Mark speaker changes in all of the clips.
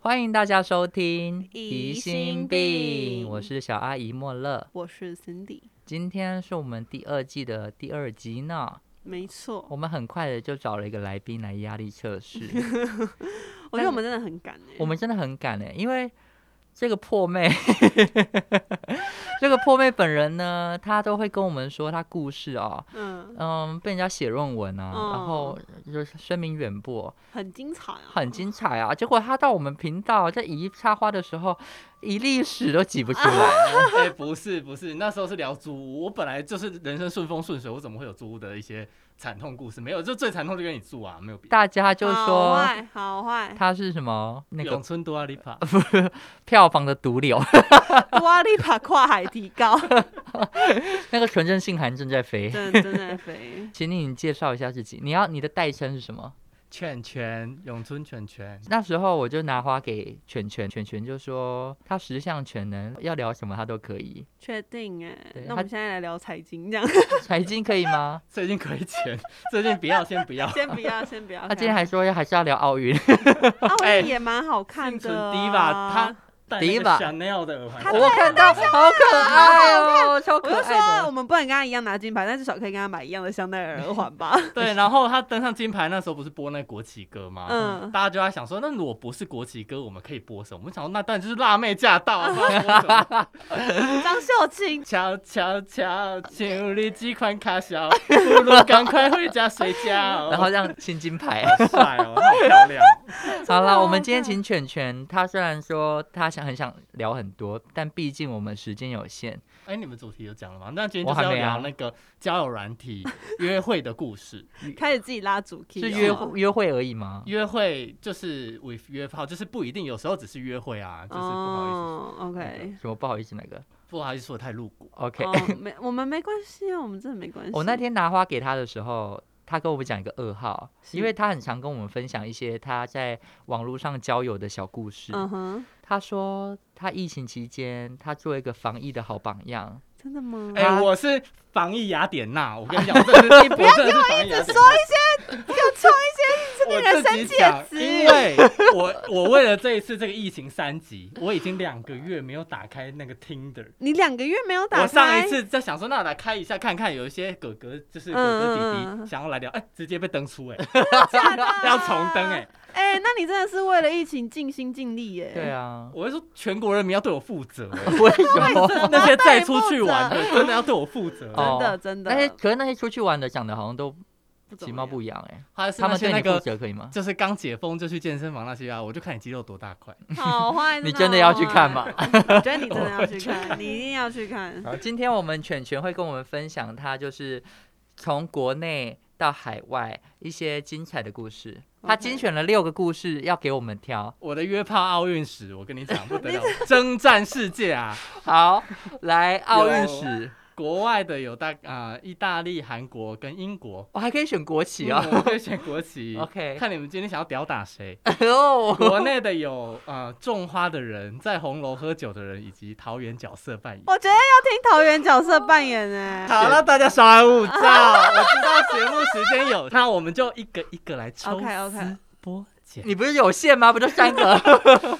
Speaker 1: 欢迎大家收听《
Speaker 2: 疑心病
Speaker 1: 我是小阿姨莫乐。
Speaker 2: 我是 Cindy，
Speaker 1: 今天是我们第二季的第二集呢，
Speaker 2: 没错，
Speaker 1: 我们很快的就找了一个来宾来压力测试，
Speaker 2: 我觉得我们真的很敢哎、
Speaker 1: 我们真的很赶哎，因为这个破妹， 这个破妹本人呢，她都会跟我们说她故事哦，
Speaker 2: 嗯，
Speaker 1: 嗯，被人家写论文
Speaker 2: 哦
Speaker 1: 啊，然后就是声名远播，
Speaker 2: 很精彩啊，
Speaker 1: 很精彩啊！结果他到我们频道在一插花的时候，一粒屎都挤不出 来。
Speaker 3: 哎、不是不是，那时候是聊租屋。我本来就是人生顺风顺水，我怎么会有租屋的一些惨痛故事？没有，就最惨痛就跟你住啊，没有别的。
Speaker 1: 大家就
Speaker 2: 好
Speaker 1: 说
Speaker 2: 坏，好坏，
Speaker 1: 他是什么那个
Speaker 3: 永春多阿里帕，
Speaker 1: 票房的毒瘤，
Speaker 2: 多阿力把跨海提高，
Speaker 1: 那个纯正信函正在飞。
Speaker 2: 真的真的肥，
Speaker 1: 请你介绍一下自己，你要你的代称是什么？
Speaker 3: 圈圈，永春圈圈。
Speaker 1: 那时候我就拿花给犬犬，犬犬就说他十项全能，要聊什么他都可以。
Speaker 2: 确定哎、
Speaker 1: 对
Speaker 2: 那
Speaker 1: 他
Speaker 2: 我们现在来聊财经，这样
Speaker 1: 财经可以吗？
Speaker 3: 最近亏钱，最近不要，先不要。
Speaker 2: 先不要，先不要看。
Speaker 1: 他今天还说要还是要聊奥运，
Speaker 2: 啊，我
Speaker 3: 哎
Speaker 2: 也蛮好看
Speaker 3: 幸存
Speaker 2: 的、啊，
Speaker 3: 迪吧，他戴那个
Speaker 1: Diva
Speaker 3: Chanel 的耳环，
Speaker 2: 他
Speaker 1: 我看到好可爱哦，超
Speaker 2: 我
Speaker 1: 可
Speaker 2: 就
Speaker 1: 爱
Speaker 2: 说我
Speaker 1: 的。
Speaker 2: 们不能跟他一样拿金牌，但至少可以跟他买一样的香奈儿耳环 吧。
Speaker 3: 对，然后他登上金牌那时候不是播那国旗歌吗？
Speaker 2: 嗯
Speaker 3: 大家就在想说，那如果不是国旗歌，我们可以播什么？我们想说，那当然就是辣妹驾到啊！不然播什么
Speaker 2: 张秀清，
Speaker 3: 敲敲敲，请屋里几款卡小，不如赶快回家睡 觉。
Speaker 1: 然后让青金牌。
Speaker 3: 好帅哦，好漂亮。
Speaker 1: 好
Speaker 2: 真的哦
Speaker 1: 了，我
Speaker 2: 好
Speaker 1: 们今天
Speaker 2: 看
Speaker 1: 请犬犬，他虽然说他想很想聊很多，但毕竟我们时间有限，
Speaker 3: 哎，你们主题有讲了吗？那今天
Speaker 1: 我
Speaker 3: 就
Speaker 1: 还
Speaker 3: 是要
Speaker 1: 没啊
Speaker 3: 聊那个交友软体约会的故事。
Speaker 2: 开始自己拉主题、
Speaker 1: 是
Speaker 2: 哦，
Speaker 1: 约会约会而已吗？
Speaker 3: 约会就是 with 约炮，就是不一定，有时候只是约会啊，就是不好意思，
Speaker 2: 哦，OK。
Speaker 1: 什么不好意思那个
Speaker 3: 不好意思说得太露骨。
Speaker 1: ？OK，、
Speaker 2: 哦，没，我们没关系啊，我们真的没关系。
Speaker 1: 我那天拿花给他的时候。他跟我们讲一个噩耗，因为他很常跟我们分享一些他在网络上交友的小故事。
Speaker 2: 嗯哼，
Speaker 1: 他说他疫情期间，他做一个防疫的好榜样。
Speaker 2: 真的吗？
Speaker 3: 哎、
Speaker 1: 啊
Speaker 3: 我是防疫雅典娜，我跟你讲，我真的是你不要给我一直
Speaker 2: 说
Speaker 3: 我
Speaker 2: 人
Speaker 3: 自己
Speaker 2: 生
Speaker 3: 讲，
Speaker 2: 戒指
Speaker 3: 因为我我为了这一次这个疫情三级，我已经两个月没有打开那个 Tinder。
Speaker 2: 你两个月没有打开，
Speaker 3: 我上一次在想说，那来开一下看看，有一些哥哥就是哥哥弟
Speaker 2: 嗯嗯嗯啊
Speaker 3: 弟想要来聊，哎、直接被登出、哎，
Speaker 2: 假的
Speaker 3: 要重登、哎，
Speaker 2: 哎、那你真的是为了疫情尽心尽力耶、
Speaker 1: 对，啊，
Speaker 3: 我会说全国人民要对我负责、哎
Speaker 1: 为什么？
Speaker 3: 那些再出去玩的真的要对我负责、
Speaker 1: 哦
Speaker 2: 真的真的
Speaker 1: 那，些可是那些出去玩的讲的好像都
Speaker 2: 不怎
Speaker 1: 其
Speaker 2: 么
Speaker 1: 貌
Speaker 2: 样
Speaker 1: 不扬哎、
Speaker 3: 还是
Speaker 1: 他
Speaker 3: 那
Speaker 1: 们
Speaker 3: 些
Speaker 1: 对
Speaker 3: 那
Speaker 1: 你负
Speaker 3: 个
Speaker 1: 责可以吗？
Speaker 3: 就是刚解封就去健身房那些啊，我就看你肌肉多大块。
Speaker 2: 好坏，
Speaker 1: 你真的要去看吗
Speaker 2: 吗？？我觉得你真的要去 看，你一定要去看。
Speaker 1: 好，今天我们犬犬会跟我们分享他就是从国内到海外一些精彩的故事。他
Speaker 2: OK
Speaker 1: 精选了六个故事要给我们挑。
Speaker 3: 我的约炮奥运史，我跟 你讲不得了，征战世界啊！
Speaker 1: 好，来奥运史，
Speaker 3: 国外的有大啊、意大利、韩国跟英国。
Speaker 1: 哦我还可以选国旗
Speaker 3: 嗯
Speaker 1: 哦。
Speaker 3: 我们会选国旗
Speaker 1: OK，
Speaker 3: 看你们今天想要屌打谁。
Speaker 1: 哦，
Speaker 3: 国内的有呃种花的人，在红楼喝酒的人，以及桃园角色扮演。
Speaker 2: 我觉得要听桃园角色扮演哎、
Speaker 3: 好了，大家稍安勿躁，我知道节目时间有，那我们就一个一个来抽
Speaker 2: OK OK，
Speaker 3: 播奖。
Speaker 1: 你不是有限吗？不就 三个？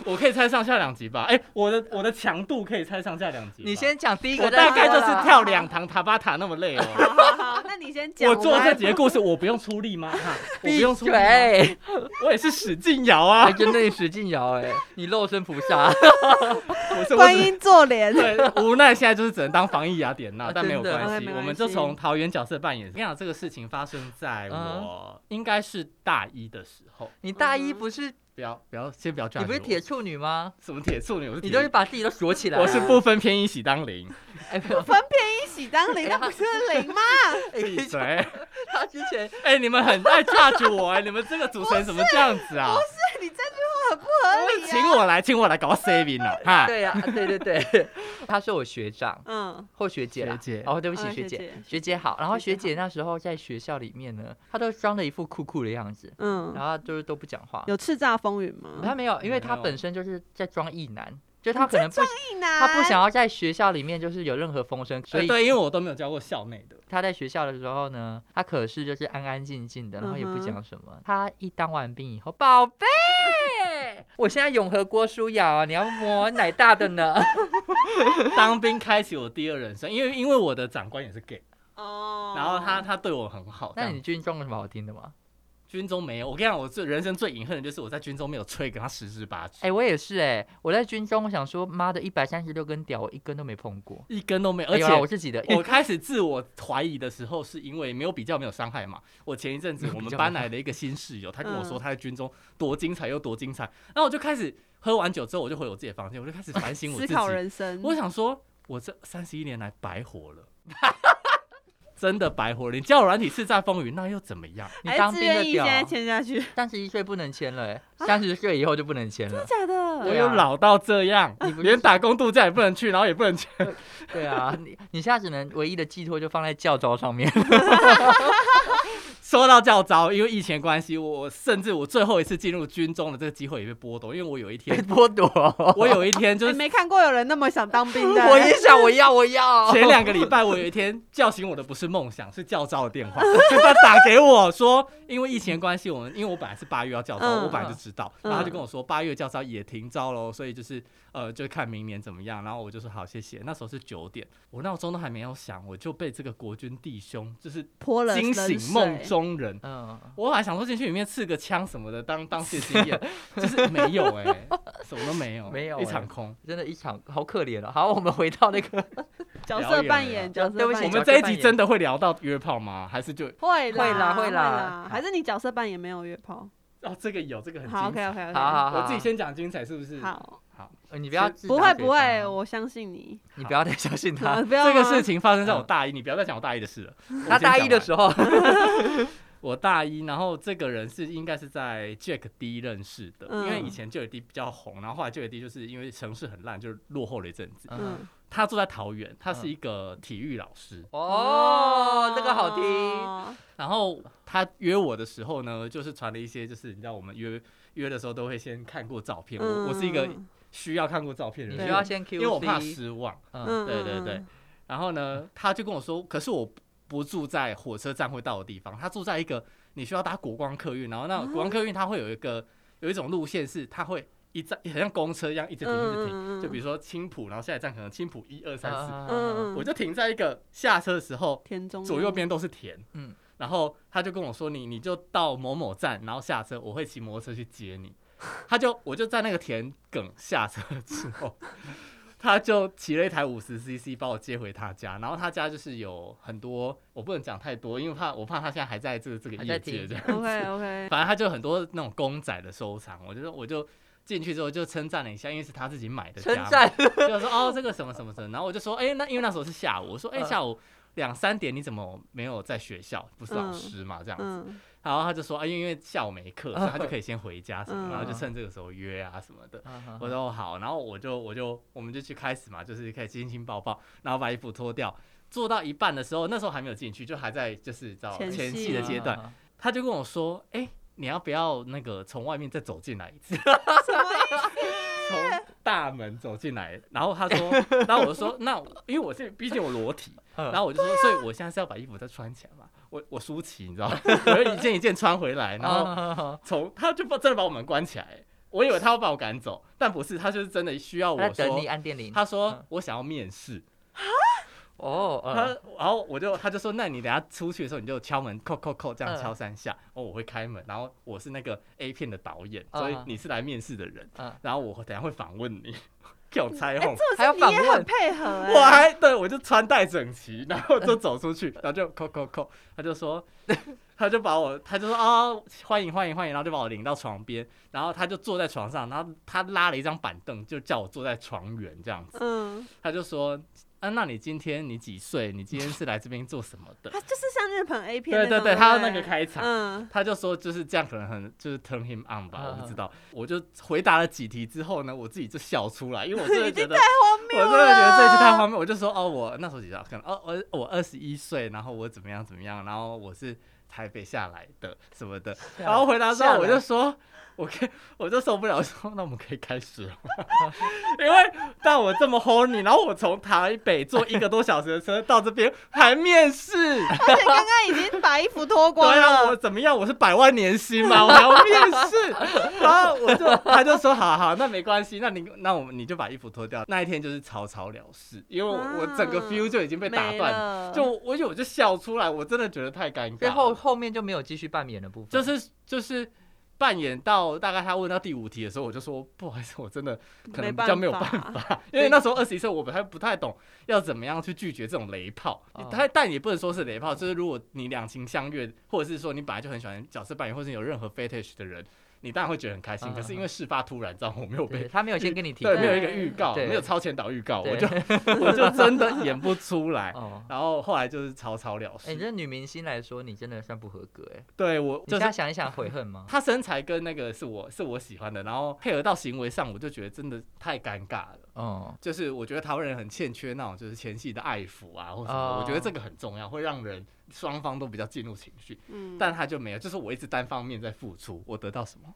Speaker 3: 我可以猜上下两集吧？哎、我的我的强度可以猜上下两集。
Speaker 1: 你，先讲第一
Speaker 3: 我
Speaker 1: 个再说啦，
Speaker 3: 大概就是跳两堂塔巴塔那么累哦。
Speaker 2: 好好好，那你先 讲。
Speaker 3: 我做这
Speaker 2: 来
Speaker 3: 几个故事，我不用出力吗？哈，我不
Speaker 1: 闭
Speaker 3: 用出力吗，
Speaker 1: 嘴！哎
Speaker 3: 我也是使劲摇啊
Speaker 1: 还。真对使劲摇哎，你肉身菩萨，
Speaker 3: 我是
Speaker 2: 观音坐莲，
Speaker 3: 对，无奈现在就是只能当防疫雅典娜，但没有
Speaker 1: 真的
Speaker 3: 关
Speaker 2: OK，
Speaker 3: 系
Speaker 2: 没，
Speaker 3: 我们
Speaker 2: 关
Speaker 3: 就
Speaker 2: 系
Speaker 3: 从桃园角色扮演。我跟你讲，这个事情发生在我应该是大一的时候，
Speaker 1: 你大一
Speaker 3: 嗯
Speaker 1: 不是
Speaker 3: 不要不要，先不要抓。
Speaker 1: 你不是铁处女吗？
Speaker 3: 什么铁处女？我是
Speaker 1: 你
Speaker 3: 铁
Speaker 1: 都是把自己都锁起来了。
Speaker 3: 我是不分偏一喜当零，
Speaker 1: 哎，没有 哎
Speaker 2: 分便一喜当零，那不是零吗？
Speaker 3: 闭嘴！
Speaker 1: 他之前
Speaker 3: 哎，你们很爱 judge 我哎，你们这个主持人怎么这样子啊？
Speaker 2: 你这句话很不合理、啊。
Speaker 3: 请我来，请我来搞 saving 啊！哈，
Speaker 1: 对呀、对对对， 他是我学长
Speaker 2: 嗯，
Speaker 1: 或学姐啦。
Speaker 3: 学姐
Speaker 1: 哦，对不起，
Speaker 2: 嗯
Speaker 1: 学
Speaker 2: 学
Speaker 1: 姐
Speaker 2: 姐，
Speaker 1: 学姐好。然后学
Speaker 2: 学姐
Speaker 1: 姐那时候在学校里面呢，她都装的一副酷酷的样子，
Speaker 2: 嗯，
Speaker 1: 然后就是都不讲话。
Speaker 2: 有叱咤风云吗？
Speaker 1: 她没有，因为她
Speaker 3: 没有
Speaker 1: 本身就是在装异男，就她可能不，
Speaker 2: 一男，
Speaker 1: 她不想要在学校里面就是有任何风声，所
Speaker 3: 哎
Speaker 1: 以
Speaker 3: 对，因为我都没有教过校内的。
Speaker 1: 她在学校的时候呢，她可是就是安安静静的，然后也不
Speaker 2: 嗯哼
Speaker 1: 讲什么。她一当完兵以后，宝贝， 我现在永和郭书瑶啊，你要摸奶大的呢？
Speaker 3: 当兵开启我第二人生，因为因为我的长官也是 gay，
Speaker 2: 哦
Speaker 3: 然后他他对我很好。
Speaker 1: 那
Speaker 3: 这样
Speaker 1: 你军中有什么好听的吗？
Speaker 3: 军中没有，我跟你讲，我最人生最隐恨的就是我在军中没有吹给他十之八九，
Speaker 1: 哎、我也是哎、我在军中，我想说，妈的，一百三十六根屌，我一根都没碰过。
Speaker 3: 一根都没有。
Speaker 1: 哎
Speaker 3: 而
Speaker 1: 有
Speaker 3: 且
Speaker 1: 啊我自 己的，
Speaker 3: 我开始自我怀疑的时候，是因为没有比较没有伤害嘛。我前一阵子我们班来了一个新室友，他跟我说他在军中多精彩又多精彩，然后我就开始喝完酒之后，我就回我自己的房间，我就开始反省我
Speaker 2: 思
Speaker 3: 自己。
Speaker 2: 考人
Speaker 1: 嗯
Speaker 2: 生，
Speaker 3: 我想说，我这三十一年来白活了。 真的白活了，你叫软体叱咤风云，那又怎么样？
Speaker 1: 你
Speaker 2: 还
Speaker 1: 当
Speaker 2: 自
Speaker 1: 兵的
Speaker 2: 哎愿意现
Speaker 1: 屌，啊
Speaker 2: 在签 啊下去，
Speaker 1: 三十一岁不能签了、欸，三十岁以后就不能 签了。
Speaker 2: 真的假的？
Speaker 3: 我
Speaker 1: 对
Speaker 3: 又
Speaker 1: 啊
Speaker 3: 老到这样
Speaker 1: 你不，是
Speaker 3: 连打工度假也不能去，然后也不能去。
Speaker 1: 对啊，你你现在只能唯一的寄托就放在教招上 面。
Speaker 3: 说到教招，因为疫情的关系，我甚至我最后一次进入军中的这个机会也被剥夺，因为我有一
Speaker 1: 被
Speaker 3: 天，
Speaker 1: 剥夺。
Speaker 3: 我有一天就
Speaker 2: 你
Speaker 3: 是
Speaker 2: 没看过有人那么想当 兵 的，
Speaker 1: 我也想，我要，我要。
Speaker 3: 前两个礼拜，我有一天叫醒我的不是梦想，是教招的电话， 就他打给我说，因为疫情的关系，我们因为我本来是八月要教招，
Speaker 2: 嗯
Speaker 3: 我本来就知道，
Speaker 2: 嗯
Speaker 3: 然后他就跟我说八月教招也停招喽，所以就是呃，就看明年怎么样。然后我就说好，谢谢。那时候是九点，我闹钟都还没有响，我就被这个国军弟兄就是
Speaker 2: 泼了
Speaker 3: 惊
Speaker 2: 冷
Speaker 3: 醒
Speaker 2: 水
Speaker 3: 梦，中人。
Speaker 1: 嗯，
Speaker 3: 我还想说进去里面刺个枪什么的当当谢金 燕，就是没有哎、什么都没有，
Speaker 1: 没有
Speaker 3: 一
Speaker 1: 欸
Speaker 3: 场空。
Speaker 1: 真的，一场好可怜了、好，我们回到那 个
Speaker 2: 角色扮演，角
Speaker 1: 表演了
Speaker 2: 色
Speaker 1: 对不起
Speaker 2: 扮
Speaker 3: 我
Speaker 2: 演
Speaker 3: 们这一集真的会聊到约炮吗？还是就
Speaker 1: 会
Speaker 2: 会
Speaker 1: 啦
Speaker 2: 啦
Speaker 1: 会啦
Speaker 2: 啦，还是你角色扮演没有约炮？
Speaker 3: 哦，这个有，这个很
Speaker 2: 好
Speaker 3: 精
Speaker 2: ，OK
Speaker 3: 彩。
Speaker 2: OK OK，
Speaker 1: 好好好，
Speaker 3: 我自己先讲精彩是不是？，
Speaker 2: 好，
Speaker 1: 呃，你不要自
Speaker 2: 不
Speaker 1: 打
Speaker 2: 会
Speaker 1: 嘴
Speaker 2: 不会，
Speaker 1: 巴
Speaker 2: 我相信你。
Speaker 1: 你不要再相信他。
Speaker 2: 不要
Speaker 3: 这个
Speaker 2: 吗
Speaker 3: 事情发生在我大一，你不要再讲我大一的事了。
Speaker 2: 嗯
Speaker 1: 他大一的
Speaker 3: 候，
Speaker 1: 时候，
Speaker 3: 我大一，然后这个人是应该是在 Jack D 认识的，
Speaker 2: 嗯
Speaker 3: 因为以前 Jack D 比较红，然后后来 Jack D 就是因为城市很烂，就落后了一阵子。
Speaker 1: 嗯，
Speaker 2: 嗯，
Speaker 3: 他住在桃园，他是一个体育老师，
Speaker 1: 哦，这个好听。
Speaker 2: 哦
Speaker 3: 然后他约我的时候呢，就是传了一些，就是你知道我们约约的时候都会先看过照片，我我是一个
Speaker 2: 嗯
Speaker 3: 需要看过照片的
Speaker 1: 你
Speaker 3: 人，
Speaker 1: 需
Speaker 2: 对
Speaker 1: 要先 Q，
Speaker 3: 因为我怕失望。
Speaker 1: 嗯，
Speaker 3: 对对，对
Speaker 2: 嗯
Speaker 3: 然后呢，他就跟我说，可是我不住在火车站会到的地方，他住在一个你需要搭国光客运，然后那国光客运它会有一
Speaker 2: 嗯
Speaker 3: 个有一种路线是它会一站，很像公车一样一直停一直停，
Speaker 2: 嗯嗯嗯
Speaker 3: 就比如说青浦，然后下一站可能青浦一二三四，
Speaker 1: 嗯嗯
Speaker 2: 嗯，
Speaker 3: 我就停在一个下车的时候，
Speaker 2: 田中
Speaker 3: 左右边都是田，
Speaker 1: 哦嗯
Speaker 3: 嗯。然后他就跟我说你：“你就到某某站，然后下车，我会骑摩托车去接你。”他就我就在那个田埂下车之后， 他就骑了一台五十 CC 把我接回他家。然后他家就是有很多，我不能讲太多，因为怕我怕他现在还在这个这个
Speaker 1: 还在
Speaker 3: 业界
Speaker 1: 听
Speaker 3: 这样。
Speaker 2: OK OK，
Speaker 3: 反正他就很多那种公仔的收藏，我就我就进去之后就称赞了一下，因为是他自己买的家
Speaker 1: 称
Speaker 3: 嘛，
Speaker 1: 赞，
Speaker 3: 就说哦这个什么什么什么，然后我就说哎、那因为那时候是下午，我说哎、
Speaker 1: 嗯
Speaker 3: 下午两三点你怎么没有在学校？不是老
Speaker 2: 嗯
Speaker 3: 师嘛这样子，
Speaker 2: 嗯
Speaker 3: 然后他就说啊因为因为下午没课，所以 他就可以先回家什么，
Speaker 2: 嗯
Speaker 3: 然后就趁这个时候约啊什么的。
Speaker 1: 嗯
Speaker 3: 我说哦好，然后我就我就我们就去开始嘛，就是可以亲亲抱抱，然后把衣服脱掉。做到一半的时候，那时候还没有进去，就还在就是到
Speaker 2: 前
Speaker 3: 前
Speaker 2: 戏
Speaker 3: 戏的阶段，，
Speaker 1: 嗯嗯嗯
Speaker 3: 他就跟我说：“哎、你要不要那个从外面再走进来一次？从大门走进来。”然后他说， 然后我就说：“那我因为我是毕竟我裸 体，
Speaker 1: 嗯
Speaker 3: 然后我就说，所以我现在是要把衣服再穿起来嘛。我我舒淇，你知道吗？ 我就一件一件穿回来，然后
Speaker 1: 嗯嗯嗯
Speaker 3: 从他就把真的把我们关起来。我以为他要把我赶走，但不是，他就是真的需要
Speaker 1: 他在
Speaker 3: 我
Speaker 1: 等你
Speaker 3: 说。
Speaker 1: 按电铃。
Speaker 3: 他说
Speaker 1: 嗯
Speaker 3: 我想要面试，
Speaker 1: 哦，
Speaker 3: 他
Speaker 1: 嗯
Speaker 3: 然后我就他就说，那你等下出去的时候你就敲门，扣扣扣这样
Speaker 1: 嗯
Speaker 3: 敲三下，哦，我会开门，然后我是那个 A 片的导演，
Speaker 1: 嗯
Speaker 3: 所以你是来面试的人
Speaker 1: 嗯，
Speaker 3: 然后我等下会访问你， 给我猜
Speaker 2: 哎，
Speaker 3: 哄。
Speaker 2: 这
Speaker 1: 还要
Speaker 2: 是
Speaker 1: 访
Speaker 2: 你也
Speaker 1: 问
Speaker 2: 很配合
Speaker 3: 我
Speaker 2: 哎，
Speaker 3: 还对我就穿戴整齐，然后就走出去，然后就扣扣扣，他就说， 他就把我，他就说啊、欢迎欢迎欢迎，然后就把我领到床边，然后他就坐在床上，然后他拉了一张板凳，就叫我坐在床缘这样子，
Speaker 2: 嗯，
Speaker 3: 他就说，啊，那你今天你几岁？你今天是来这边做什么的？
Speaker 2: 他就是像日本 A 片
Speaker 3: 对
Speaker 2: 那
Speaker 3: 对
Speaker 2: 种，
Speaker 3: 对，他要那
Speaker 2: 不
Speaker 3: 个开场，
Speaker 2: 嗯
Speaker 3: 他就说就是这样，可能很就是 turn him on 吧，
Speaker 1: 嗯
Speaker 3: 我不知道。我就回答了几题之后呢，我自己就笑出来，因为我真的
Speaker 2: 已经
Speaker 3: 觉得，
Speaker 2: 荒
Speaker 3: 我
Speaker 2: 谬了，
Speaker 3: 真的觉得这一句太荒谬。我就说哦，我那时候几岁啊？可能哦，我我二十一岁，然后我怎么样怎么样，然后我是台北下来的什么的。
Speaker 1: 下
Speaker 3: 然后回答之
Speaker 1: 下
Speaker 3: 后，我
Speaker 1: 来
Speaker 3: 就说，我可以，我就受不了，我说那我们可以开始了吗， 因为但我这么 horny，然后我从台北坐一个多小时的车到这边还面试，
Speaker 2: 而且刚刚已经把衣服脱
Speaker 3: 对
Speaker 2: 光
Speaker 3: 啊，
Speaker 2: 了
Speaker 3: 我，怎么样？我是百万年薪 嘛，我还要面试，然后我就他就说，好好，那没关系，那你那我们你就把衣服脱掉，那一天就是草草了事，因为我、我整个
Speaker 2: 啊
Speaker 3: feel 就已经被打
Speaker 2: 没
Speaker 3: 断了，
Speaker 2: 了
Speaker 3: 就我就我就笑出来，我真的觉得太尴尬
Speaker 1: 所以
Speaker 3: 了。
Speaker 1: 后后面就没有继续扮演的部分，
Speaker 3: 就是就是扮演到大概他问到第五题的时候，我就说不好意思，我真的可能比较没有办
Speaker 2: 没办
Speaker 3: 法， 因为那时候二十一岁，我不太不太懂要怎么样去拒绝这种雷炮
Speaker 1: 哦。
Speaker 3: 但、但也不能说是雷炮，就是如果你两情相悦，或者是说你本来就很喜欢角色扮演，或是有任何 fetish 的人，你当然会觉得很开心。
Speaker 1: 嗯
Speaker 3: 可是因为事发突然，这样我没有
Speaker 1: 对
Speaker 3: 被。
Speaker 1: 他没有先跟你提，
Speaker 3: 对，没有
Speaker 2: 对
Speaker 3: 一个预告，
Speaker 1: 对
Speaker 3: 没有超前导预告，我
Speaker 1: 对
Speaker 3: 就我就真的演不出来。
Speaker 1: 哦。
Speaker 3: 然后后来就是草草了
Speaker 1: 哎、你
Speaker 3: 事。
Speaker 1: 这女明星来说，你真的算不合格哎、
Speaker 3: 对我
Speaker 1: 你现
Speaker 3: 就是
Speaker 1: 在想一想，悔恨吗？
Speaker 3: 他身材跟那个是我是我喜欢的，然后配合到行为上，我就觉得真的太尴尬了。
Speaker 1: 哦，
Speaker 3: 就是我觉得台湾人很欠缺那种就是前戏的爱抚啊，或什么，
Speaker 1: 哦
Speaker 3: 我觉得这个很重要，会让人双方都比较进入情绪。
Speaker 2: 嗯
Speaker 3: 但他就没有，就是我一直单方面在付出，我得到什么？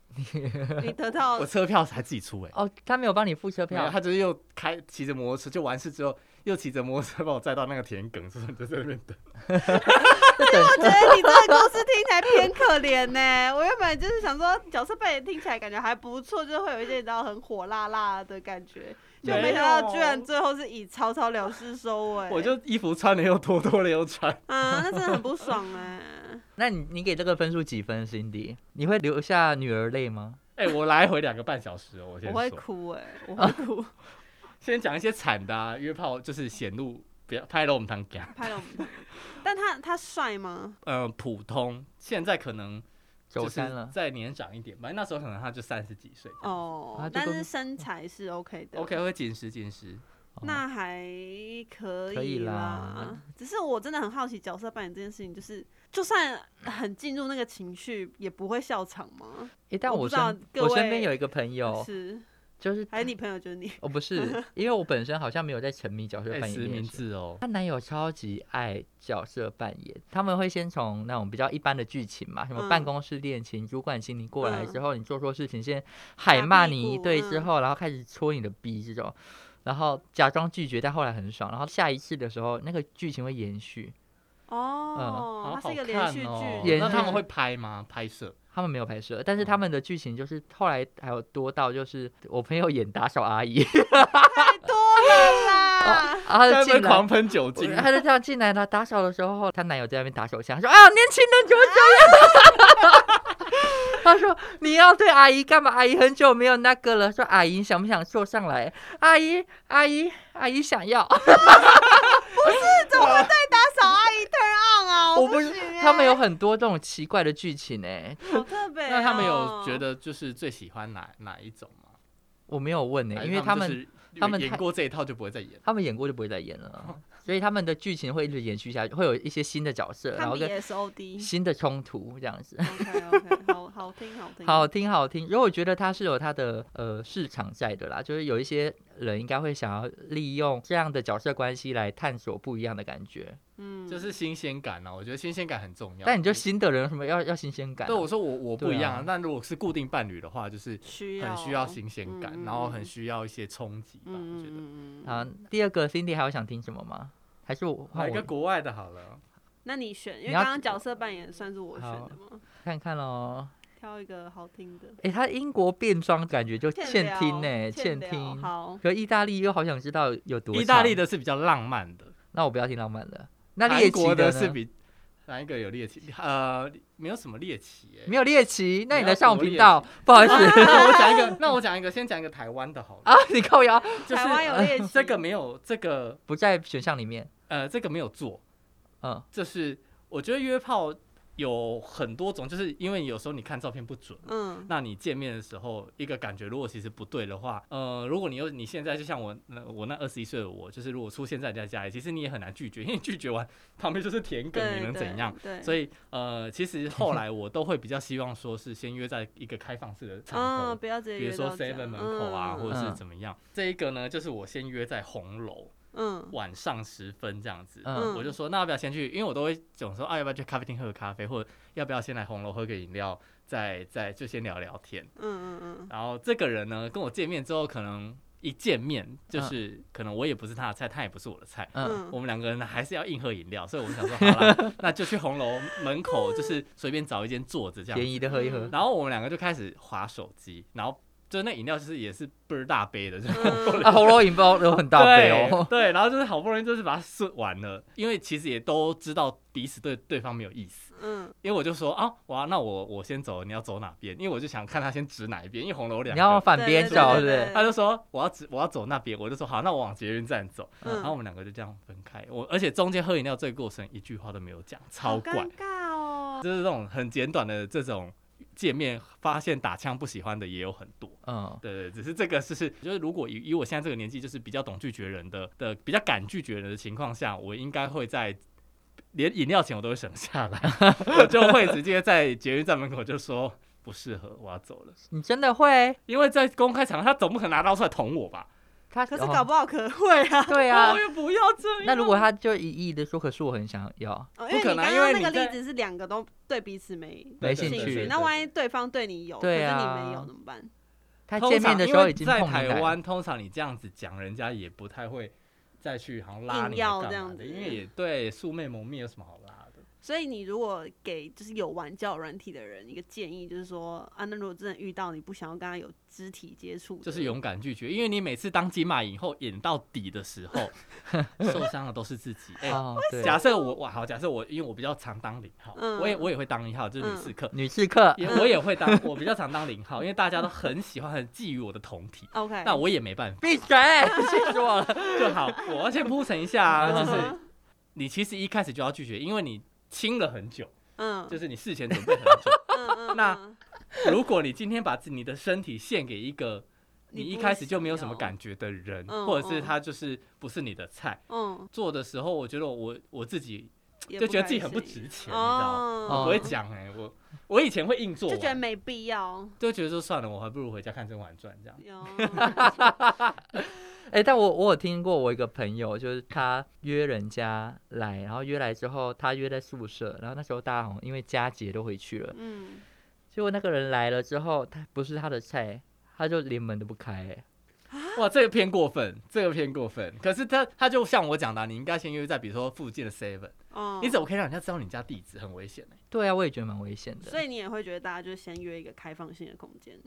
Speaker 2: 你得到
Speaker 3: 我车票才自己出哎、欸。
Speaker 1: 哦，他没有帮你付车
Speaker 3: 没有
Speaker 1: 票，
Speaker 3: 他就是又开骑着摩托车，就完事之后又骑着摩托车把我载到那个田埂，就是就在那边等。
Speaker 1: 就等
Speaker 2: 觉得你这个故事听起来偏可怜呢、我原本就是想说，角色扮演听起来感觉还不错，就是会有一些你知道很火辣辣的感觉，就没想到居然最后是以草草了事收尾、
Speaker 3: 我就衣服穿了又脱，脱了又穿，
Speaker 2: 啊，那真的很不爽哎、
Speaker 1: 那你你给这个分数几分，Cindy？你会流下女儿泪吗？
Speaker 3: 哎、我来回两个半小时哦， 我先
Speaker 2: 我会
Speaker 3: 说。
Speaker 2: 哭哎、我会哭，
Speaker 3: 先讲一些惨的、啊，约炮就是显露，不要拍了我们堂讲，
Speaker 2: 拍了我们。 但他他帅吗？
Speaker 3: 嗯、普通，现在可能
Speaker 1: 走
Speaker 3: 就是
Speaker 1: 散了，
Speaker 3: 再年长一点吧，那时候可能他就三十几岁。
Speaker 2: 哦
Speaker 1: 啊，这
Speaker 2: 但
Speaker 1: 个
Speaker 2: 是身材是 OK 的
Speaker 3: OK，会哦紧实紧实，
Speaker 2: 那还可
Speaker 1: 可以
Speaker 2: 啦。
Speaker 1: 啦
Speaker 2: 只是我真的很好奇角色扮演这件事情，就是就算很进入那个情绪，也不会笑场吗？
Speaker 1: 诶，但
Speaker 2: 我
Speaker 1: 我
Speaker 2: 不知道
Speaker 1: 身
Speaker 2: 各
Speaker 1: 我身
Speaker 2: 位
Speaker 1: 边有一个朋友，
Speaker 2: 是，
Speaker 1: 就是
Speaker 2: 还是你朋友就是你？
Speaker 1: 哦不是，因为我本身好像没有在沉迷角色
Speaker 3: 哎、
Speaker 1: 扮演这
Speaker 3: 实名
Speaker 1: 件事。
Speaker 3: 制哦。
Speaker 1: 她男友超级爱角色扮演，他们会先从那种比较一般的剧情嘛，什么
Speaker 2: 嗯
Speaker 1: 办公室恋情、主管请你过来之后，你做错事情先
Speaker 2: 打
Speaker 1: 海
Speaker 2: 屁
Speaker 1: 骂你一
Speaker 2: 股
Speaker 1: 顿之
Speaker 2: 嗯
Speaker 1: 后，然后开始戳你的逼这种，然后假装拒绝，但后来很爽，然后下一次的时候那个剧情会延续，
Speaker 2: 哦，
Speaker 3: 好
Speaker 2: 它
Speaker 3: 好
Speaker 2: 是一个连
Speaker 3: 看
Speaker 2: 续
Speaker 3: 哦
Speaker 2: 剧，
Speaker 1: 连
Speaker 3: 那他
Speaker 1: 续
Speaker 3: 们会拍吗？拍摄？
Speaker 1: 他们没有拍摄，但
Speaker 3: 嗯
Speaker 1: 是他们的剧情就是后来还有多到就是我朋友演打扫阿姨，
Speaker 2: 太多了啦！
Speaker 1: 然后
Speaker 3: 会
Speaker 1: 就
Speaker 3: 不会
Speaker 1: 进来
Speaker 3: 狂。喷酒精？
Speaker 1: 他就这样进来了，打扫的时候，她男友在那边打手枪，说啊，年轻人怎么这样？ 他说你要对阿姨干嘛？阿姨很久没有那个了。说阿姨你想不想坐上来？阿姨，阿姨，阿姨想要。
Speaker 2: 怎么会对打扫阿姨 turn on 啊？
Speaker 3: 哦
Speaker 1: 我
Speaker 2: 不
Speaker 1: 不
Speaker 2: 行
Speaker 1: 是
Speaker 2: 欸，
Speaker 1: 他们有很多这种奇怪的剧情哎、
Speaker 2: 好特别哦。
Speaker 3: 那他们有觉得就是最喜欢哪哪一种吗？
Speaker 1: 我没有问呢、欸
Speaker 3: 还是
Speaker 1: 因为他
Speaker 3: 哎他
Speaker 1: 们
Speaker 3: 就是
Speaker 1: 他们
Speaker 3: 演
Speaker 1: 太
Speaker 3: 过这一套就不会再演。
Speaker 1: 他们演过就不会再演了，所以他们的剧情会一直延续下去，会有一些新的角色，
Speaker 2: 他
Speaker 1: 然后
Speaker 2: 们
Speaker 1: 跟
Speaker 2: 也 S O D。
Speaker 1: 新的冲突这样子。
Speaker 2: OK OK，好好听好听。
Speaker 1: 好听好听，因为我觉得它是有它的呃市场在的啦，就是有一些人应该会想要利用这样的角色关系来探索不一样的感觉。
Speaker 2: 嗯，
Speaker 3: 就是新鲜感啊，我觉得新鲜感很重要。
Speaker 1: 但你就新的人有什么要要新鲜感啊、
Speaker 3: 对我说我我不
Speaker 1: 对
Speaker 3: 一样
Speaker 1: 啊
Speaker 3: 啊，那如果是固定伴侣的话，就是
Speaker 2: 需要
Speaker 3: 很需要新鲜感，
Speaker 2: 嗯
Speaker 3: 然后很
Speaker 2: 嗯
Speaker 3: 需要一些冲击吧。我觉
Speaker 2: 嗯
Speaker 3: 得
Speaker 2: 嗯嗯
Speaker 1: 啊，第二个 Cindy 还有想听什么吗？还是我
Speaker 3: 买
Speaker 1: 换
Speaker 3: 一个
Speaker 1: 我
Speaker 3: 国外的好了，
Speaker 2: 那你选，因为
Speaker 1: 你要
Speaker 2: 刚刚角色扮演算是我选的嘛，
Speaker 1: 看看喽？
Speaker 2: 挑一个好听的。
Speaker 1: 诶，他英国变装感觉就欠
Speaker 2: 聊
Speaker 1: 听呢、欠
Speaker 2: 聊
Speaker 1: 听。
Speaker 2: 好，
Speaker 1: 可意大利又好想知道有多
Speaker 3: 意大利
Speaker 1: 的，
Speaker 3: 的是比较浪漫的，
Speaker 1: 那我不要听浪漫的。那猎
Speaker 3: 韩
Speaker 1: 奇
Speaker 3: 国
Speaker 1: 呢
Speaker 3: 是比哪一个有猎奇？呃，没有什么猎奇 哎、
Speaker 1: 没有猎奇，那你
Speaker 3: 你
Speaker 1: 来
Speaker 3: 要
Speaker 1: 上我
Speaker 3: 多
Speaker 1: 们频
Speaker 3: 猎
Speaker 1: 道，不好意思
Speaker 3: 那我讲一个，那我讲一个，先讲一个台湾的好了，
Speaker 1: 啊，你靠腰
Speaker 3: 就
Speaker 2: 台湾
Speaker 3: 是
Speaker 2: 有猎奇，
Speaker 3: 这个没有这个
Speaker 1: 不在选项里面，
Speaker 3: 呃这个没有做，
Speaker 1: 嗯。
Speaker 3: 就是我觉得约炮有很多种，就是因为有时候你看照片不准。
Speaker 2: 嗯，
Speaker 3: 那你见面的时候，一个感觉如果其实不对的话，呃，如果你又你现在就像我那我那二十一岁的我，就是如果出现在人家家里，其实你也很难拒绝，因为拒绝完旁边就是田埂，
Speaker 2: 对，
Speaker 3: 你能怎样？？
Speaker 2: 对，
Speaker 3: 所
Speaker 2: 以
Speaker 3: 以呃，其实后来我都会比较希望说是先约在一个开放式的场合，
Speaker 2: 嗯，不要直接
Speaker 3: 比如
Speaker 2: 约
Speaker 3: 说
Speaker 2: 到这
Speaker 3: seven
Speaker 2: 样
Speaker 3: 门口啊，
Speaker 2: 嗯
Speaker 3: 或者是
Speaker 1: 嗯
Speaker 3: 怎么样。这一个呢，就是我先约在红楼，
Speaker 2: 嗯
Speaker 3: 晚上十分这样子，
Speaker 1: 嗯
Speaker 3: 我就说那要不要先去？因为我都会总说啊，要不要去咖啡厅喝个咖啡，或者要不要先来红楼喝个饮料，再再就先聊聊天。
Speaker 2: 嗯嗯
Speaker 3: 然后这个人呢，跟我见面之后，可能一见面就是、可能我也不是他的菜，他也不是我的菜，
Speaker 1: 嗯，
Speaker 2: 嗯
Speaker 3: 我们两个人还是要硬喝饮料，所以我们想说，好 啦，那就去红楼门口，就是随便找一间坐着这样
Speaker 1: 便宜的喝一喝，
Speaker 3: 然后我们两个就开始划手机，然后就那饮料就是也是倍儿大杯的，就是
Speaker 2: 嗯，
Speaker 1: 啊，红楼饮包有很大杯哦，
Speaker 3: 对，对，然后就是好不容易就是把它顺完了，因为其实也都知道彼此对对方没有意思，
Speaker 2: 嗯，
Speaker 3: 因为我就说啊，哇，那我我先走，你要走哪边？因为我就想看他先指哪一边，因为红楼 两
Speaker 1: 你要
Speaker 3: 个，
Speaker 1: 反边找是不是？
Speaker 3: 他就说我要指我要走那边，我就说好，那我往捷运站走，
Speaker 2: 嗯
Speaker 3: 然后我们两个就这样分开，我而且中间喝饮料这个过程一句话都没有讲，超
Speaker 2: 好
Speaker 3: 怪
Speaker 2: 尴，尬哦，
Speaker 3: 就是这种很简短的这种见面，发现打枪不喜欢的也有很多。
Speaker 1: 嗯，
Speaker 3: 对对，只是这个是是，就是如果以以我现在这个年纪，就是比较懂拒绝人的的，比较敢拒绝人的情况下，我应该会在连饮料钱我都会省下来， 我就会直接在捷运站门口就说不适合，我要走了。
Speaker 1: 你真的会？
Speaker 3: 因为在公开场合，他总不可能拿刀出来捅我吧？
Speaker 1: 他
Speaker 2: 可是搞
Speaker 1: 不
Speaker 2: 不好可会啊，
Speaker 1: 对啊
Speaker 3: 我。也不要这样。
Speaker 1: 那如果他就一意的说，可是我很想要，
Speaker 2: 哦
Speaker 3: 不
Speaker 2: 因为
Speaker 3: 可
Speaker 2: 你
Speaker 3: 能啊
Speaker 2: 刚
Speaker 3: 因为
Speaker 2: 刚那个
Speaker 3: 你
Speaker 2: 例
Speaker 3: 在
Speaker 2: 子是两个都对彼此没
Speaker 1: 没
Speaker 3: 对
Speaker 1: 兴
Speaker 3: 对对
Speaker 1: 趣
Speaker 3: 对
Speaker 2: 那万一对方对你有，可是
Speaker 1: 对啊
Speaker 2: 你没有怎么办？
Speaker 1: 他
Speaker 3: 通
Speaker 1: 见
Speaker 3: 常
Speaker 1: 面的
Speaker 3: 因
Speaker 1: 时候
Speaker 3: 为
Speaker 1: 已经
Speaker 3: 在
Speaker 1: 碰
Speaker 3: 台
Speaker 1: 你了，
Speaker 3: 湾，通常你这样子讲，人家也不太会再去好像拉
Speaker 2: 硬
Speaker 3: 你
Speaker 2: 要
Speaker 3: 干
Speaker 2: 这
Speaker 3: 嘛
Speaker 2: 样
Speaker 3: 的，
Speaker 2: 子
Speaker 3: 因为 也对素昧蒙面有什么好拉的？
Speaker 2: 所以你如果给就是有玩交友软体的人一个建议，就是说啊，那如果真的遇到你不想要跟他有肢体接触的，
Speaker 3: 就是勇敢拒绝，因为你每次当金马影后演到底的时候， 受伤的都是自己。哎
Speaker 1: 哦，对，
Speaker 3: 假设我我好，假设我因为我比较常当零号，
Speaker 2: 嗯
Speaker 3: 我也我也会当零号，就是女 士客，
Speaker 1: 女士 客，
Speaker 3: 也我也会当，我比较常当零号，因为大家都很喜欢很觊觎我的同 体，
Speaker 2: OK，
Speaker 3: 那我也没办法，
Speaker 1: 闭嘴，气死我了。
Speaker 3: 就好，我要先铺陈一下 啊，
Speaker 2: 嗯
Speaker 3: 就是你其实一开始就要拒绝，因为你清了很久，
Speaker 2: 嗯，
Speaker 3: 就是是你事前准备很 久。
Speaker 2: 嗯嗯，
Speaker 3: 那
Speaker 2: 嗯
Speaker 3: 如果你今天把自你的身体献给一个你
Speaker 2: 你
Speaker 3: 一
Speaker 2: 不
Speaker 3: 开始就没有
Speaker 2: 想
Speaker 3: 什么
Speaker 2: 要
Speaker 3: 感觉的人，
Speaker 2: 嗯
Speaker 3: 或者
Speaker 2: 嗯
Speaker 3: 是他就是不是你的菜，
Speaker 2: 嗯，
Speaker 3: 做的时候，我觉得我我自己
Speaker 2: 也
Speaker 3: 就
Speaker 2: 不
Speaker 3: 觉得
Speaker 2: 开
Speaker 3: 自己很不
Speaker 2: 心
Speaker 3: 值钱，你知道吗？
Speaker 1: 哦
Speaker 3: 我
Speaker 2: 哦
Speaker 3: 不会讲哎、我我以前会硬做
Speaker 2: 就
Speaker 3: 完，
Speaker 2: 觉得没必要。
Speaker 3: 就觉得说算了，我还不如回家看《甄嬛传》这样。
Speaker 2: 有
Speaker 1: 哎、但我我有听过，我一个朋友就是他约人家来，然后约来之后，他约在宿舍，然后那时候大家好像因为佳节都回去了，
Speaker 2: 嗯，
Speaker 1: 结果那个人来了之后，他不是他的菜，他就连门都不开、哎
Speaker 3: 哇，这个偏过分，这个偏过分。可是他他就像我讲的啊、你应该先约在比如说附近的 Seven，、
Speaker 2: 哦，
Speaker 3: 你怎么可以让人家知道你家地址？很危险哎、
Speaker 1: 对啊，我也觉得蛮危险的。
Speaker 2: 所以你也会觉得大家就先约一个开放性的空间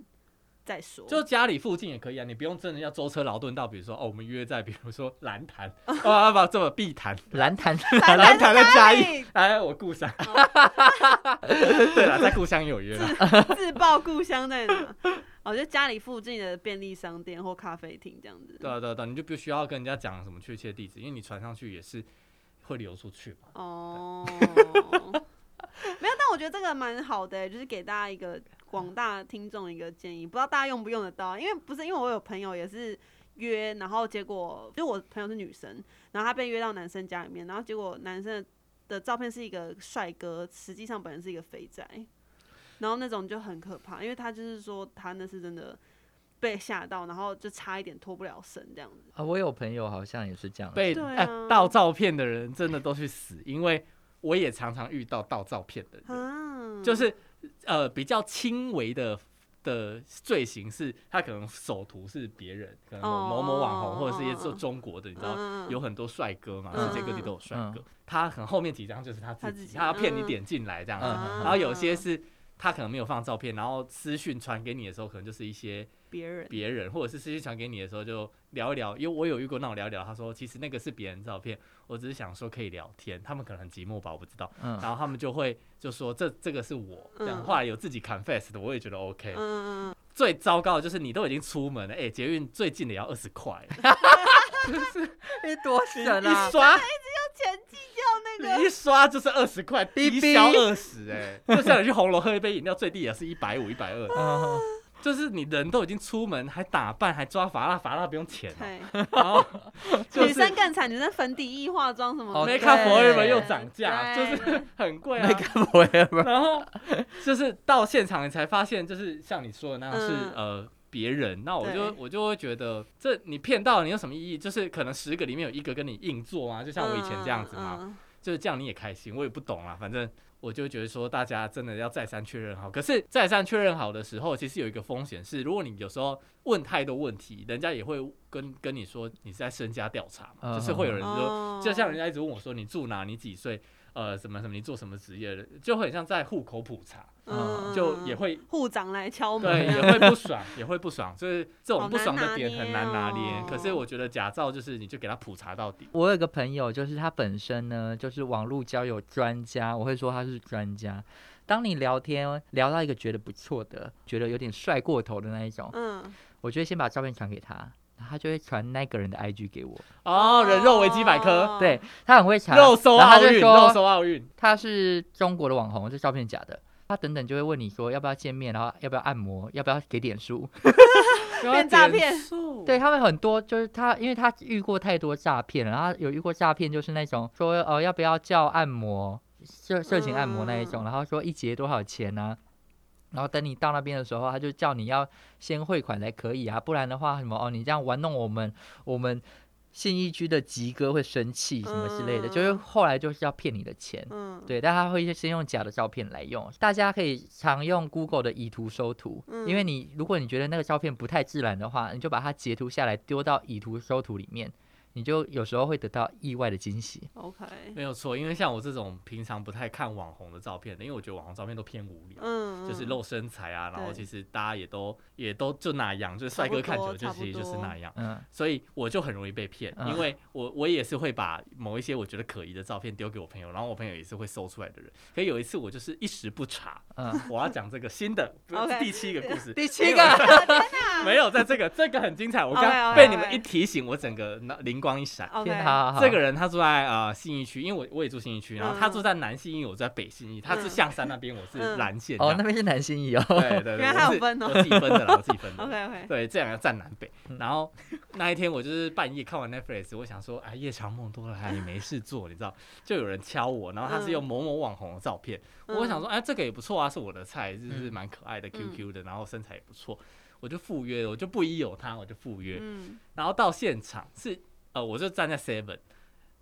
Speaker 2: 再说，
Speaker 3: 就家里附近也可以啊，你不用真的要舟车劳顿到，比如说哦，我们约在比如说蓝 潭，啊不这么碧潭，
Speaker 1: 蓝潭
Speaker 3: 蓝潭在嘉义，
Speaker 2: 义
Speaker 3: 哎我故乡，对了，在故乡有约啦。
Speaker 2: 自报故乡在哪？ 哦，就家里附近的便利商店或咖啡厅这样子。
Speaker 3: 对啊对啊对啊，你就不需要跟人家讲什么确切地址，因为你传上去也是会流出去嘛。
Speaker 2: 哦，没有，但我觉得这个蛮好的欸、就是给大家一个广大听众一个建议，不知道大家用不用得到啊，因为不是因为我有朋友也是呃约，然后结果就我朋友是女生，然后她被约到男生家里面，然后结果男生的的照片是一个帅哥，实际上本人是一个肥宅，然后那种就很可怕，因为他就是说他那是真的被吓到，然后就差一点脱不了身这样子。
Speaker 1: 啊，我有朋友好像也是这样。
Speaker 3: 被
Speaker 2: 对
Speaker 3: 哎、
Speaker 2: 啊
Speaker 3: 盗照片的人真的都去死，因为我也常常遇到盗照片的人，
Speaker 2: 啊，
Speaker 3: 就是呃比较轻微的。的罪行是，他可能首图是别人，可能
Speaker 2: 哦
Speaker 3: 某某某网
Speaker 2: 哦
Speaker 3: 红或者是一
Speaker 2: 哦
Speaker 3: 些做
Speaker 2: 哦
Speaker 3: 中国的，你知道
Speaker 2: 嗯嗯嗯
Speaker 3: 有很多帅哥嘛，
Speaker 2: 嗯
Speaker 3: 世界各地都有帅
Speaker 1: 嗯
Speaker 3: 哥。他可能后面几张就是他
Speaker 2: 他
Speaker 3: 自
Speaker 2: 自
Speaker 3: 己，
Speaker 2: 己
Speaker 3: 他要骗你
Speaker 2: 嗯嗯
Speaker 3: 点进来这样子。
Speaker 1: 嗯
Speaker 3: 然后有些
Speaker 2: 啊
Speaker 3: 是他可能没有放照片，然后私讯传给你的时候，可能就是一些
Speaker 2: 别人
Speaker 3: 别人，或者是私信传给你的时候就聊一聊，因为我有遇过那种聊一聊，他说其实那个是别人照片，我只是想说可以聊天，他们可能很寂寞吧，我不知道，
Speaker 1: 嗯，
Speaker 3: 然后他们就会就说这这个是我，这样
Speaker 2: 嗯
Speaker 3: 后来有自己 confess 的，我也觉得 OK。
Speaker 2: 嗯嗯嗯。
Speaker 3: 最糟糕的就是你都已经出门了，哎、捷运最近的也要二十块，
Speaker 1: 你多神啊
Speaker 3: 一！刷
Speaker 2: 前计较那
Speaker 3: 一刷就是二十块，
Speaker 1: 哔
Speaker 3: 低消二 十，哎，就像你去红楼喝一杯饮料，最低也是一百五、一百二，
Speaker 1: 嗯
Speaker 3: 就是你人都已经出门，还打扮，还抓法拉，法拉不用钱哦、
Speaker 2: 个，
Speaker 3: 然后就
Speaker 2: 对，女
Speaker 3: 是
Speaker 2: 生更惨，女生粉底液、化妆什么
Speaker 1: 哦
Speaker 2: 的
Speaker 1: 对
Speaker 3: Make Up Forever
Speaker 1: 对
Speaker 3: 又涨价，就是 很贵啊
Speaker 1: 那。个 不会吧？
Speaker 3: 然后就是到现场你才发现，就是像你说的那样是
Speaker 2: 嗯
Speaker 3: 呃。别人，那我就
Speaker 2: 对
Speaker 3: 我就会觉得这你骗到了你有什么意义？就是可能十个里面有一个跟你硬做啊，就像我以前这样子嘛，
Speaker 2: 嗯。嗯
Speaker 3: 就是这样你也开心，我也不懂啊，反正我就觉得说大家真的要再三确认好。可是再三确认好的时候，其实有一个风险是，如果你有时候问太多问题，人家也会跟跟你说你是在身家调查嘛，
Speaker 1: 嗯
Speaker 3: 就是会有人说，
Speaker 2: 哦
Speaker 3: 就像人家一直问我说你住哪，你几岁，呃，什么什么，你做什么职业的，就很像在户口普查，
Speaker 1: 嗯
Speaker 3: 就也会
Speaker 2: 哦护长来敲门，
Speaker 3: 对，也会不爽， 也会不爽，就是这种不爽的点
Speaker 2: 嗯好
Speaker 3: 很
Speaker 2: 难
Speaker 3: 难
Speaker 2: 拿
Speaker 3: 拿
Speaker 2: 捏
Speaker 3: 捏
Speaker 2: 哦。
Speaker 3: 可是我觉得假造就是你就给他普查到底，
Speaker 1: 我有个朋友，就是他本身呢，就是网络交友专家，我会说他是专家。当你聊天聊到一个觉得不错的，觉得有点帅过头的那一种，
Speaker 2: 嗯，
Speaker 1: 我就会先把照片传给他，然后他就会传那个人的 IG 给我。
Speaker 3: 哦，人肉维基百科，
Speaker 2: 哦
Speaker 1: 对，他很会查，
Speaker 3: 肉搜
Speaker 1: 然后他
Speaker 3: 奥
Speaker 1: 就
Speaker 3: 运，肉
Speaker 1: 说
Speaker 3: 搜奥运，
Speaker 1: 他是中国的网红，这照片假的。他等等就会问你说要不要见面，然后要不要按摩，要不要给点数。
Speaker 2: 变诈骗
Speaker 3: 点数
Speaker 1: 对，他们很多就是他，因为他遇过太多诈骗了，然后有遇过诈骗就是那种说哦、呃要不要叫按摩，色色情按摩那一种，然后说一节多少钱啊？然后等你到那边的时候，他就叫你要先汇款才可以啊，不然的话什么哦，你这样玩弄我们我们信义区的吉哥会生气什么之类的，就是
Speaker 2: 嗯
Speaker 1: 后来就是要骗你的钱。
Speaker 2: 嗯，
Speaker 1: 对，但他会先用假的照片来用。大家可以常用 Google 的以图搜图，因为
Speaker 2: 嗯
Speaker 1: 你如果你觉得那个照片不太自然的话，你就把它截图下来丢到以图搜图里面，你就有时候会得到意外的惊喜。
Speaker 2: ，OK，
Speaker 3: 没有错，因为像我这种平常不太看网红的照片的，因为我觉得网红照片都偏无聊。
Speaker 2: 嗯，
Speaker 3: 就是露身材啊，然后
Speaker 2: 对
Speaker 3: 其实大家也都也都就那样，就是帅
Speaker 2: 差不
Speaker 3: 哥看久
Speaker 2: 多
Speaker 3: 了就
Speaker 2: 差
Speaker 3: 其实
Speaker 2: 不
Speaker 3: 就是
Speaker 2: 多
Speaker 3: 那样，
Speaker 1: 嗯，
Speaker 3: 所以我就很容易被骗，
Speaker 1: 嗯
Speaker 3: 因为我我也是会把某一些我觉得可疑的照片丢给我朋友，然后我朋友也是会搜出来的人。可有一次我就是一时不察，
Speaker 1: 嗯
Speaker 3: 我要讲这个新的，不是
Speaker 2: OK
Speaker 3: 第七个故事，
Speaker 1: 第七个，
Speaker 3: 没有在这个这个很精彩，我刚
Speaker 2: OK，OK，OK
Speaker 3: 被你们一提醒，我整个脑灵光一闪。
Speaker 2: ，OK，
Speaker 1: 天好好好，
Speaker 3: 这个人他住在呃信义区，因为我我也住信义区，然后他
Speaker 2: 嗯
Speaker 3: 住在南信义，我住在北信义，他是
Speaker 2: 嗯
Speaker 3: 象山那边，我是
Speaker 2: 嗯
Speaker 3: 蓝线这
Speaker 1: 哦
Speaker 3: 样。，
Speaker 1: 那边是男性义哦，
Speaker 3: 对对对，
Speaker 2: 原来还
Speaker 3: 我
Speaker 2: 有
Speaker 3: 是
Speaker 2: 分哦
Speaker 3: 我自己分的啦，我自己分的。
Speaker 2: OK OK，
Speaker 3: 对，这两个站南北
Speaker 1: 嗯。
Speaker 3: 然后那一天我就是半夜看完 Netflix，我想说，哎，夜长梦多了，哎，也没事做，你知道？就有人敲我，然后他是
Speaker 1: 嗯
Speaker 3: 用某某网红的照片，我想说，哎，这个也不错啊，是我的菜，就是
Speaker 1: 嗯
Speaker 3: 蛮可爱的 QQ 的，然后身材也不错，我就赴约了，我就不依有他，我就赴约。
Speaker 2: 嗯，
Speaker 3: 然后到现场是呃，我就站在 Seven，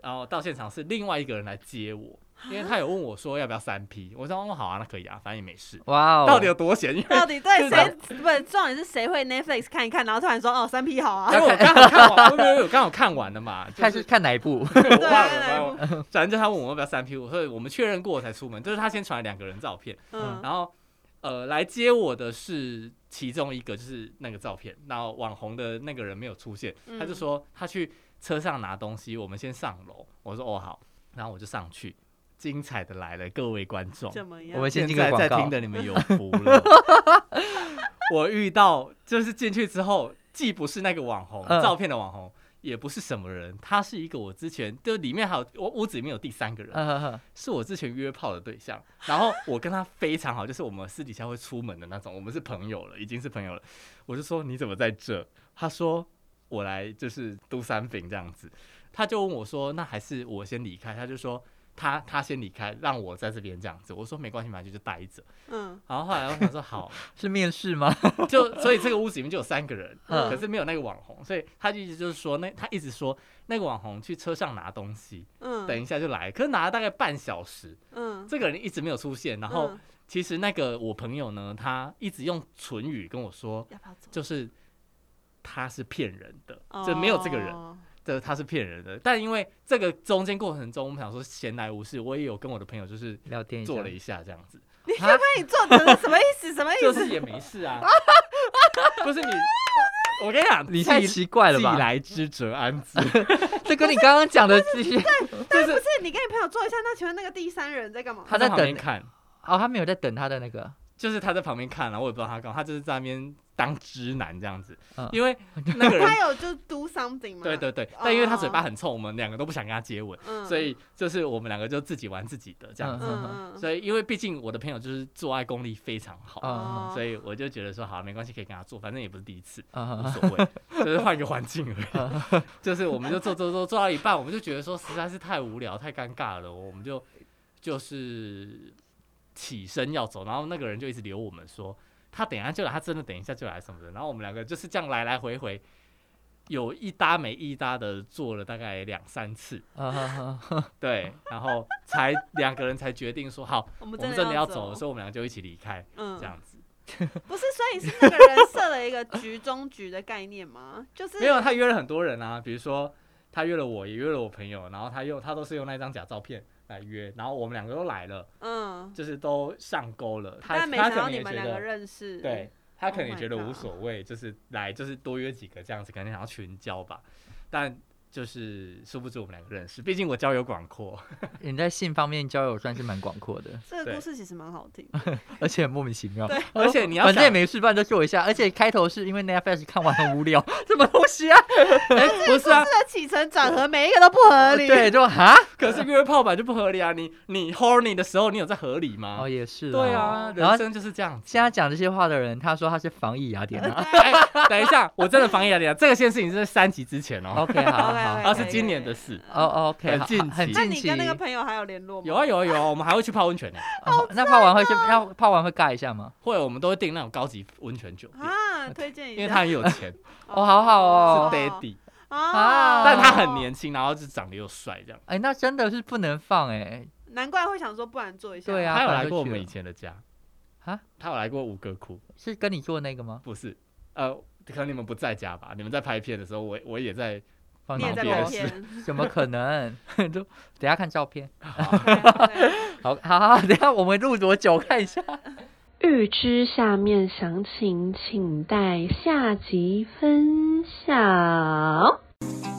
Speaker 3: 然后到现场是另外一个人来接我，因为他有问我说要不要三 P，我说哦好啊，那可以啊，反正也没事。
Speaker 1: 哇哦，
Speaker 3: 到底有多闲？因为
Speaker 2: 到底对
Speaker 3: 就是
Speaker 2: 谁？不，重点是谁会 Netflix 看一看，然后突然说哦，三 P 好啊，
Speaker 3: 因为我刚好看完，因为我刚好看完了嘛，就
Speaker 1: 看是看哪一部？
Speaker 3: 我忘
Speaker 2: 对
Speaker 3: 了
Speaker 2: 啊
Speaker 3: 我忘了，反正就他问我要不要三 P，我说我们确认过我才出门，就是他先传了两个人照片，
Speaker 2: 嗯
Speaker 3: 然后呃来接我的是其中一个，就是那个照片，然后网红的那个人没有出现，
Speaker 2: 嗯
Speaker 3: 他就说他去车上拿东西，我们先上楼，我说哦好，然后我就上去，精彩的来了，各位观众，
Speaker 2: 怎么样？
Speaker 1: 我们先
Speaker 3: 现
Speaker 1: 进个
Speaker 3: 在
Speaker 1: 广
Speaker 3: 在
Speaker 1: 告
Speaker 3: 听，的你们有福 了。我遇到就是进去之后，既不是那个网红、
Speaker 1: 嗯
Speaker 3: 照片的网红，也不是什么人，他是一个我之前就里面还有我屋子里面有第三个人，
Speaker 1: 嗯哼哼
Speaker 3: 是我之前约炮的对象。然后我跟他非常好，就是我们私底下会出门的那种，我们是朋友了，已经是朋友了。我就说你怎么在这？他说我来就是都三饼这样子。他就问我说那还是我先离开？他就说他他先离开，让我在这边这样子。我说没关系，反正就待着。
Speaker 2: 嗯，
Speaker 3: 然后后来我想说好，
Speaker 1: 是面试吗？
Speaker 3: 就所以这个屋子里面就有三个 人，
Speaker 1: 嗯
Speaker 3: 可是没有那个网红，所以他就一直就是说那他一直说那个网红去车上拿东西，
Speaker 2: 嗯，
Speaker 3: 等一下就来，可是拿了大概半小时，
Speaker 2: 嗯，
Speaker 3: 这个人一直没有出现。然后其实那个我朋友呢，他一直用唇语跟我说，
Speaker 2: 要不要走？
Speaker 3: 就是他是骗人的，就没有这个人。啊
Speaker 2: 哦
Speaker 3: 这他是骗人的，但因为这个中间过程中，我们想说闲来无事，我也有跟我的朋友就是
Speaker 1: 聊天一下
Speaker 3: 做了，一下这样子，
Speaker 2: 你可不可以做成什么意 思？什么意
Speaker 3: 就
Speaker 2: 思？
Speaker 3: 是也没事啊，不是你，我跟你讲，
Speaker 1: 你
Speaker 3: 既
Speaker 1: 太奇怪了
Speaker 3: 既
Speaker 1: 吧？
Speaker 3: 来之则安之，
Speaker 1: 这跟你刚刚讲的这些，
Speaker 3: 就
Speaker 2: 不
Speaker 3: 是
Speaker 2: 是你跟你朋友做一下，那请问那个第三人在干嘛？
Speaker 1: 他在
Speaker 3: 旁
Speaker 1: 等
Speaker 3: 边看，
Speaker 1: 哦，他没有在等他的那个，
Speaker 3: 就是他在旁边看，然后我也不知道他干嘛，他就是在那边当直男这样子
Speaker 1: 嗯，
Speaker 3: 因为那个人
Speaker 2: 他有就 do something 吗？哦
Speaker 3: 对对对，但因为他嘴巴很臭，我们两个都不想跟他接吻，
Speaker 2: 嗯，
Speaker 3: 所以就是我们两个就自己玩自己的这样
Speaker 2: 嗯
Speaker 3: 子。
Speaker 2: 嗯嗯
Speaker 3: 所以因为毕竟我的朋友就是做爱功力非常好，
Speaker 2: 哦
Speaker 1: 嗯
Speaker 3: 所以我就觉得说好啊没关系，可以跟他做，反正也不是第一次，无
Speaker 1: 嗯，
Speaker 3: 所谓，就是换一个环境而已。就是我们就做做做做到一半，我们就觉得说实在是太无聊太尴尬了，我们就就是起身要走，然后那个人就一直留我们说。他等一下就来，他真的等一下就来什么的。然后我们两个就是这样来来回回，有一搭没一搭的做了大概两三次，
Speaker 1: 啊，
Speaker 3: 对，然后才两个人才决定说好，
Speaker 2: 我
Speaker 3: 我
Speaker 2: 们
Speaker 3: 们
Speaker 2: 真
Speaker 3: 真的要
Speaker 2: 要
Speaker 3: 走的时候，我们俩就一起离开，
Speaker 2: 嗯
Speaker 3: 这，样子。
Speaker 2: 不是，所以是那个人设了一个局中局的概念吗？就是
Speaker 3: 没有，他约了很多人啊，比如说他约了我，也约了我朋友，然后他用他都是用那张假照片来约，然后我们两个都来了，
Speaker 2: 嗯，
Speaker 3: 就是都上钩了。他
Speaker 2: 但没
Speaker 3: 他
Speaker 2: 想
Speaker 3: 可
Speaker 2: 到
Speaker 3: 能
Speaker 2: 你
Speaker 3: 也
Speaker 2: 们
Speaker 3: 觉
Speaker 2: 两个
Speaker 3: 得，
Speaker 2: 认识，
Speaker 3: 对，他可能
Speaker 2: Oh
Speaker 3: 也
Speaker 2: my
Speaker 3: 觉得无
Speaker 2: God
Speaker 3: 所谓，就是来就是多约几个这样子，可能想要群交吧，但。就是殊不知我们两个认识，毕竟我交友广阔，
Speaker 1: 你在性方面交友算是蛮广阔的，
Speaker 2: 这个
Speaker 3: 对
Speaker 2: 故事其实蛮好听的。
Speaker 1: 而且很莫名其妙。
Speaker 2: 对
Speaker 3: 而且你
Speaker 1: 哦
Speaker 3: 要
Speaker 1: 反正也
Speaker 3: 想，
Speaker 1: 没事办，就做一下。而且开头是因为 Netflix 看完很无聊，什么东西啊？
Speaker 3: 哎不是啊，
Speaker 2: 这起承转合每一个都不合 理。
Speaker 1: 哦对，就哈，
Speaker 3: 可是约炮版就不合理啊！你你 horny 的时候，你有在合理吗？
Speaker 1: 哦也是啦，
Speaker 3: 对啊，
Speaker 1: 然后
Speaker 3: 人生就是这样子。
Speaker 1: 现在讲这些话的人，他说他是防疫雅典 娜。
Speaker 3: 哎，等一下，我真的防疫了，等一下这个件事情是在三级之前哦，
Speaker 1: OK，好好好
Speaker 2: OK，OK
Speaker 3: 然后是今年的事。
Speaker 1: 哦哦，OK，
Speaker 3: 很
Speaker 1: 好
Speaker 3: 近
Speaker 1: 好很
Speaker 3: 期
Speaker 2: 那
Speaker 1: 近
Speaker 2: 你
Speaker 1: 期。
Speaker 2: 跟那个朋友还有联络吗？
Speaker 3: 有啊有啊有啊，我们还会去泡温泉呢。
Speaker 1: 哦那泡完会是要泡完会尬一下吗？
Speaker 3: 会，我们都会订那种高级温泉酒店，
Speaker 2: 啊，推荐一下，
Speaker 3: 因为他很有钱，是
Speaker 1: 哦好好哦
Speaker 3: daddy，
Speaker 2: 啊，
Speaker 3: 但他很，年轻，然后就长得又帅，这样。
Speaker 1: 哎，那真的是不能放哎。
Speaker 2: 难怪会想说不然做一下。
Speaker 1: 对啊
Speaker 3: 他有来
Speaker 1: 不然就去
Speaker 3: 过我们
Speaker 1: 了
Speaker 3: 以前的家
Speaker 1: 啊，
Speaker 3: 他有来过五哥窟，
Speaker 1: 是跟你做那个吗？
Speaker 3: 不是，呃，可能你们不在家吧？你们在拍片的时候，我我也在
Speaker 1: 放
Speaker 2: 你也
Speaker 1: 哪
Speaker 2: 在
Speaker 3: 别
Speaker 2: 拍
Speaker 3: 的
Speaker 1: 边？
Speaker 2: 片，
Speaker 1: 怎么可能？ 就等一下看照片。
Speaker 2: 对啊
Speaker 1: 好，好好，等一下我们录多久？看一下。
Speaker 4: 欲知下面详情，请待下集分享。
Speaker 2: 对